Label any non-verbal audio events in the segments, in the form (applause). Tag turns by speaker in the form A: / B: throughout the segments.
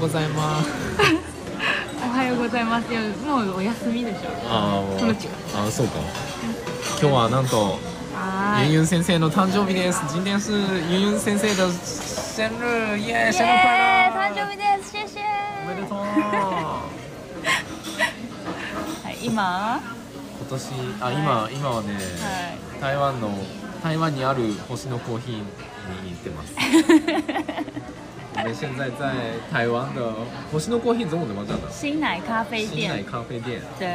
A: ございます。
B: おはようございます。いや、もうお休みでしょ。
A: あー
B: その近く
A: あー、そうか。今日はなんと、
B: は
A: ユン
B: ーい。
A: ユン先生の誕生日です。今天是ユンユン先生的生日，耶、生日快乐！
B: 誕生日です。シェシェ
A: おめでとう。
B: はい、今。は
A: 今年、あ、今、今はね、台湾の台湾にある星のコーヒーに行ってます。我们现在在台湾的星のコーヒー怎么怎么讲的
B: い。？新奶咖啡
A: 新奶
B: 店。
A: 咖啡店。
B: 对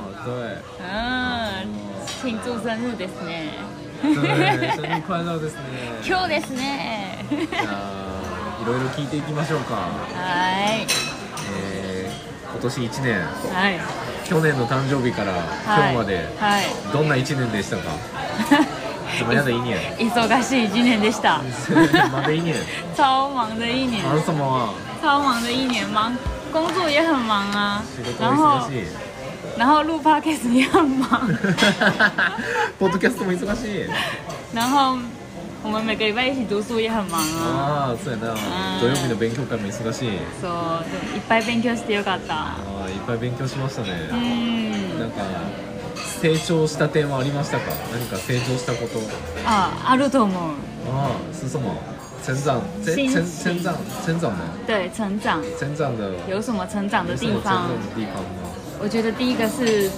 A: 哦，对。
B: うん。庆祝生日ですね。
A: (laughs) 对，生日快乐ですね。
B: 今日ですね。
A: じゃあいろいろ聞いていきましょうか。
B: は
A: えー、今年一年、
B: ーい。はい。
A: 去年の誕生日から今日まで、
B: はい。
A: どんな一年でしたか？怎么样的一年？
B: 忙しい (laughs) 一年でした。
A: 忙的一年，
B: 超忙的一年，
A: 忙什么啊？
B: 超忙的一年，忙工作也很忙啊
A: 仕，事
B: 然
A: も
B: 后
A: 忙しい。
B: 然后录 podcast 也很忙， (laughs)
A: ポッドキャストも忙しい。
B: 然后我们每个礼拜一起读书也很忙啊。
A: ああ、そうやな。土曜日の勉強会も忙しい。
B: そうでもいっぱい勉強してよかった。
A: ああ、いっぱい勉強しました
B: う
A: ね。
B: ん。
A: なんか成長した点はありましたか？何か成長したこと？
B: あ、あると思う。
A: 啊，是什么？成长、成
B: 心
A: 成
B: 情
A: 成长、成长的、
B: 对，成长
A: 成长的，
B: 有什么成长的
A: 有什
B: 地
A: 么成
B: 方
A: 长？的地方吗？
B: 我觉得第一个是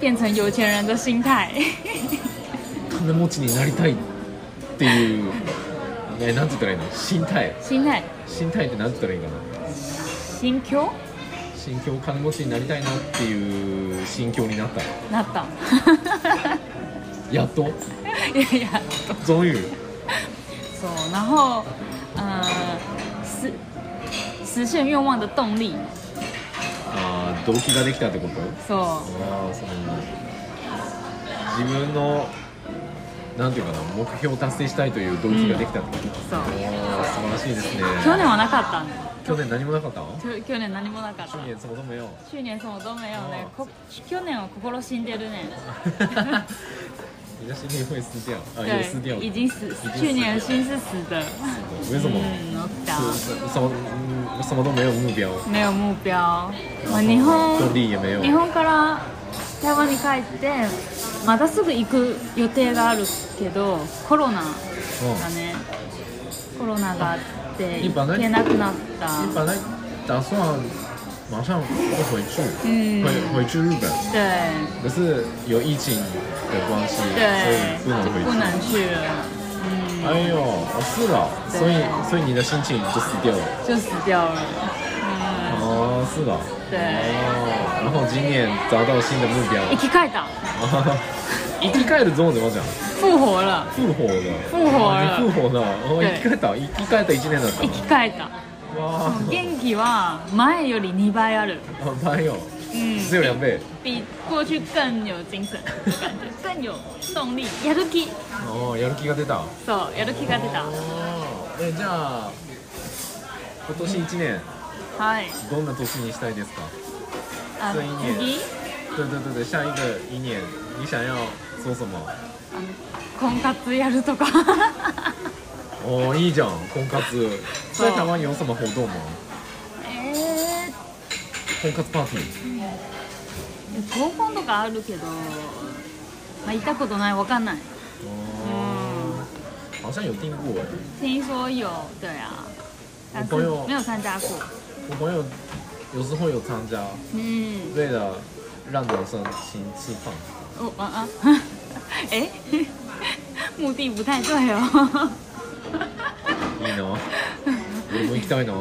B: 变成有钱人的心态。
A: 金持ちになりたいっていう、ね、なんて言ったらいいの？心態、
B: 心态、
A: 心態ってなんて言ったらいいかな？
B: 心境
A: 心境、金持ちになりたいなっていう心境になった。
B: な (laughs) った。
A: やっと、
B: いやいや。
A: 终于，
B: そう然后呃实实现愿望的动力
A: あー動機ができたってこと？
B: そ
A: ああ、その自分のなんていうかな目標を達成したいという動機ができたってこと。
B: うそう
A: おー素晴らしいですね。
B: 去年はなかったん
A: 去年何もなかった？去
B: 去去年何もなかった
A: 年そもそもよ。
B: (laughs) 去年そうどうもよね
A: あー
B: こ去年は心死んでるね
A: 東日本撕掉，啊，也撕掉
B: 对
A: 了，
B: 已经死
A: 已经
B: 去年
A: 死掉
B: 心
A: 了
B: 是死的
A: 为什么？
B: 嗯起
A: 是是什么嗯什么都没有目标，
B: 没有目标まあ日
A: 动
B: 本
A: 力也没有
B: 日本から台湾に帰ってまたすぐ行く予定があるけどコロナだ
A: 嗯，
B: ねコロナがあって
A: 一般
B: 行
A: ね
B: けなくなった
A: 你本来打算马上就回去，
B: 嗯
A: 回回去日本，
B: 对
A: 可是有疫情的关系，所
B: 对
A: 以不能
B: 就
A: 回
B: 不能
A: 去。
B: 去了嗯
A: 哎呦，哦是啊，
B: 对
A: 所以所以你的心情就死掉了。
B: 就死掉了嗯
A: 哦，是的。
B: 对
A: 哦，然后今年找到新的目标。
B: 生き返った
A: 生き返るゾーンでまじゃん
B: 复活了
A: 復活だ
B: 復活
A: あ復活だお
B: はい
A: 生き返った生き返った1年だっ
B: 生き返った
A: たわあ
B: 元気は前より2倍ある
A: あ倍よ
B: うん
A: ゼロやべえ
B: 比过去更有精神感觉更有动力やる気
A: ああやる気が出たあ
B: そうやる気が出た
A: あえじゃあ今年1年
B: はい
A: どんな年にしたいですか
B: あ
A: そういいね
B: 次
A: 对对对对下一个一年你想要做什么
B: あの婚活やるとか
A: おーいいじゃん婚活 (laughs)
B: そう
A: 在台湾有什么活动吗
B: えーっ
A: 婚活パーティー
B: 合コンとかあるけど、まあ、行ったことないわかんない
A: あー好像有听过哎
B: 听说有对啊但是
A: 我朋友
B: 没有参加过
A: 我朋友有时候有参加，
B: 嗯
A: 为了让男生请吃饭，
B: 哦啊 (laughs) 啊 (laughs) 哎目的不太对 (laughs) 哦
A: い
B: (laughs)
A: いな。俺も行きたいな。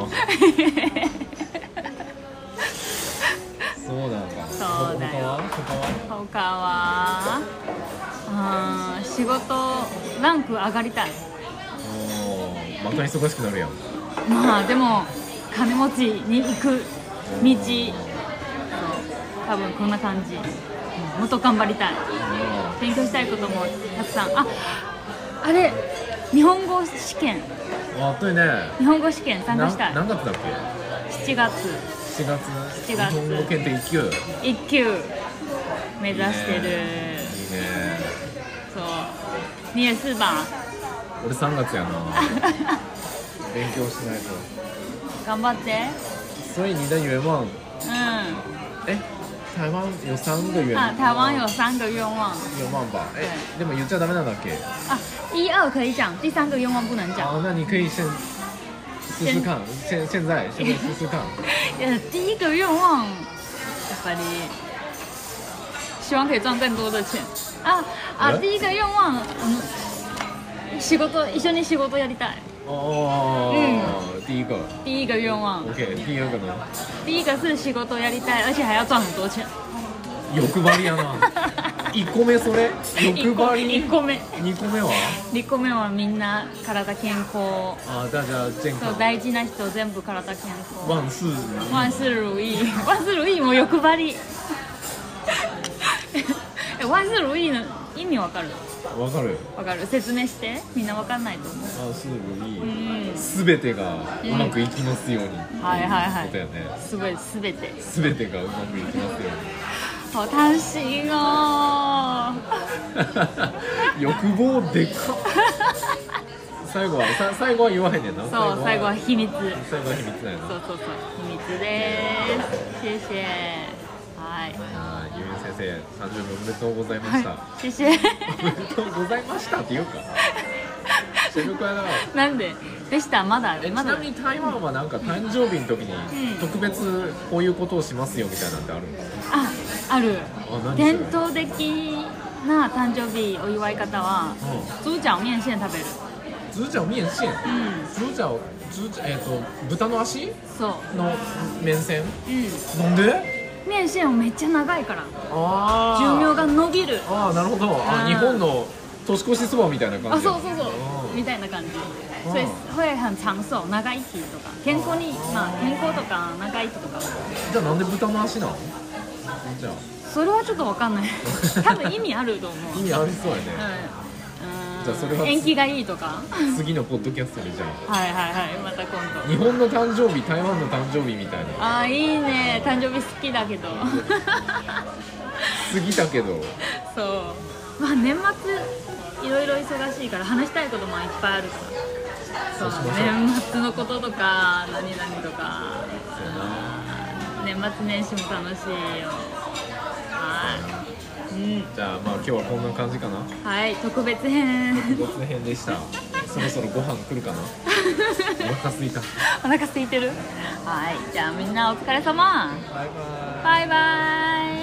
A: そうなんだ。
B: そうだよ
A: 他他は
B: 他はあー仕事ランク上がりたい
A: 他は。おーまた忙しくなるやん。
B: まあでも金持ちに行く道そう多分こんな感じうんもっと頑張りたい
A: あ
B: 勉強したいこともたくさんああれ日本語試験
A: ーあ、といね。
B: 日本語試験参加したい
A: な何月だっ
B: 7月
A: け？7月。
B: 7月
A: 日本語検定一級。いいね。
B: 1級目指してる
A: いいね
B: そう你也是吧
A: 俺3月やな。勉強しないと。
B: (laughs) 頑張って
A: 所以你的愿望，
B: うん
A: 哎，台湾有三个愿望
B: あ
A: 吗，
B: 台湾有三个愿望
A: 愿望吧？哎，那么有叫他们那哪给？
B: あ一二可以讲第三个愿望不能讲
A: 好，那你可以先试试看，现
B: (laughs)
A: 现在现在试试看。
B: いや第一个愿望やっぱり希望可以赚更多的钱ああ
A: え
B: 第一个愿望あの仕事一緒に仕事やりたい
A: 哦，第一个
B: 第一个愿望
A: ，OK，第二个呢？
B: 第一个是仕事やりたい而且还要赚很多钱
A: 欲張りやな。一個目それ？欲
B: (laughs)
A: 張り
B: 1。個目
A: 二個目は？
B: 2個目はみんな体健康
A: あ、大家健
B: そう
A: 康。
B: 大事な人全部体健康
A: 万事如意。
B: 万事如意万事如意も欲張りえ万事如意の意味わかる
A: わかる。
B: わかる説明してみんなわかんないと思う
A: 万事如意。
B: うん
A: すべてがうまくいきますようにっていう
B: はいはいはい
A: ことやね
B: すごいすべて
A: すべてがうまくいきますよ
B: 好楽しいの
A: うに欲望でかっ最後はさ最後は言わへんねんな
B: そう最後は秘密そう
A: 最後は秘密なんやな
B: そうそう秘密ですシェシェはい
A: あーゆみ先生誕生日おめでとうございました、
B: はいシェシェ (laughs)
A: おめでとうございましたって言うかシェルクはな
B: なんででしたまだ
A: えち
B: まだ
A: なみに台湾はなんか誕生日の時に
B: うん
A: 特別こういうことをしますよみたいなんてあるんですか
B: あある
A: あ何それ
B: 伝統的な誕生日お祝い方は猪脚面線食べる
A: ズージャオ面線
B: うん
A: ズージャオズージャえっ、と豚の足
B: そう
A: の面線
B: う
A: なんで
B: ん面線をめっちゃ長いから
A: ああ
B: 寿命が伸びる
A: ああなるほど
B: う
A: あ
B: ん
A: 日本の年越しそばみたいな感
B: あ
A: じや
B: そうそうそうみたいな感じ
A: うん
B: 所以会很长寿長生きとか健康にまあ健康とか長生きとか
A: んじゃあなんで豚の足なのじゃあ
B: それはちょっとわかんない
A: (laughs)
B: 多分意味あると思う
A: 意味ありそうやね
B: うんうん
A: じゃあそれは
B: 延期がいいとか
A: 次のポッドキャストでじゃあ
B: はいはいはいまた今度
A: 日本の誕生日台湾の誕生日みたいな
B: あーいいね誕生日好きだけ
A: (laughs)
B: ど
A: 過ぎたけど
B: そうまあ年末いろいろ忙しいから話したいこともいっぱいあるからそう
A: そうしましょう
B: 年末のこととか何々とか
A: そうやな
B: 年末年始も楽しいよはい、うん、
A: じゃあまあ今日はこんな感じかな
B: はい特別編
A: ごつ編でしたそろそろご飯来るかな (laughs) お腹すいた
B: お腹空いてるはいじゃあみんなお疲れ様
A: バイバ
B: バ
A: イ
B: イバイ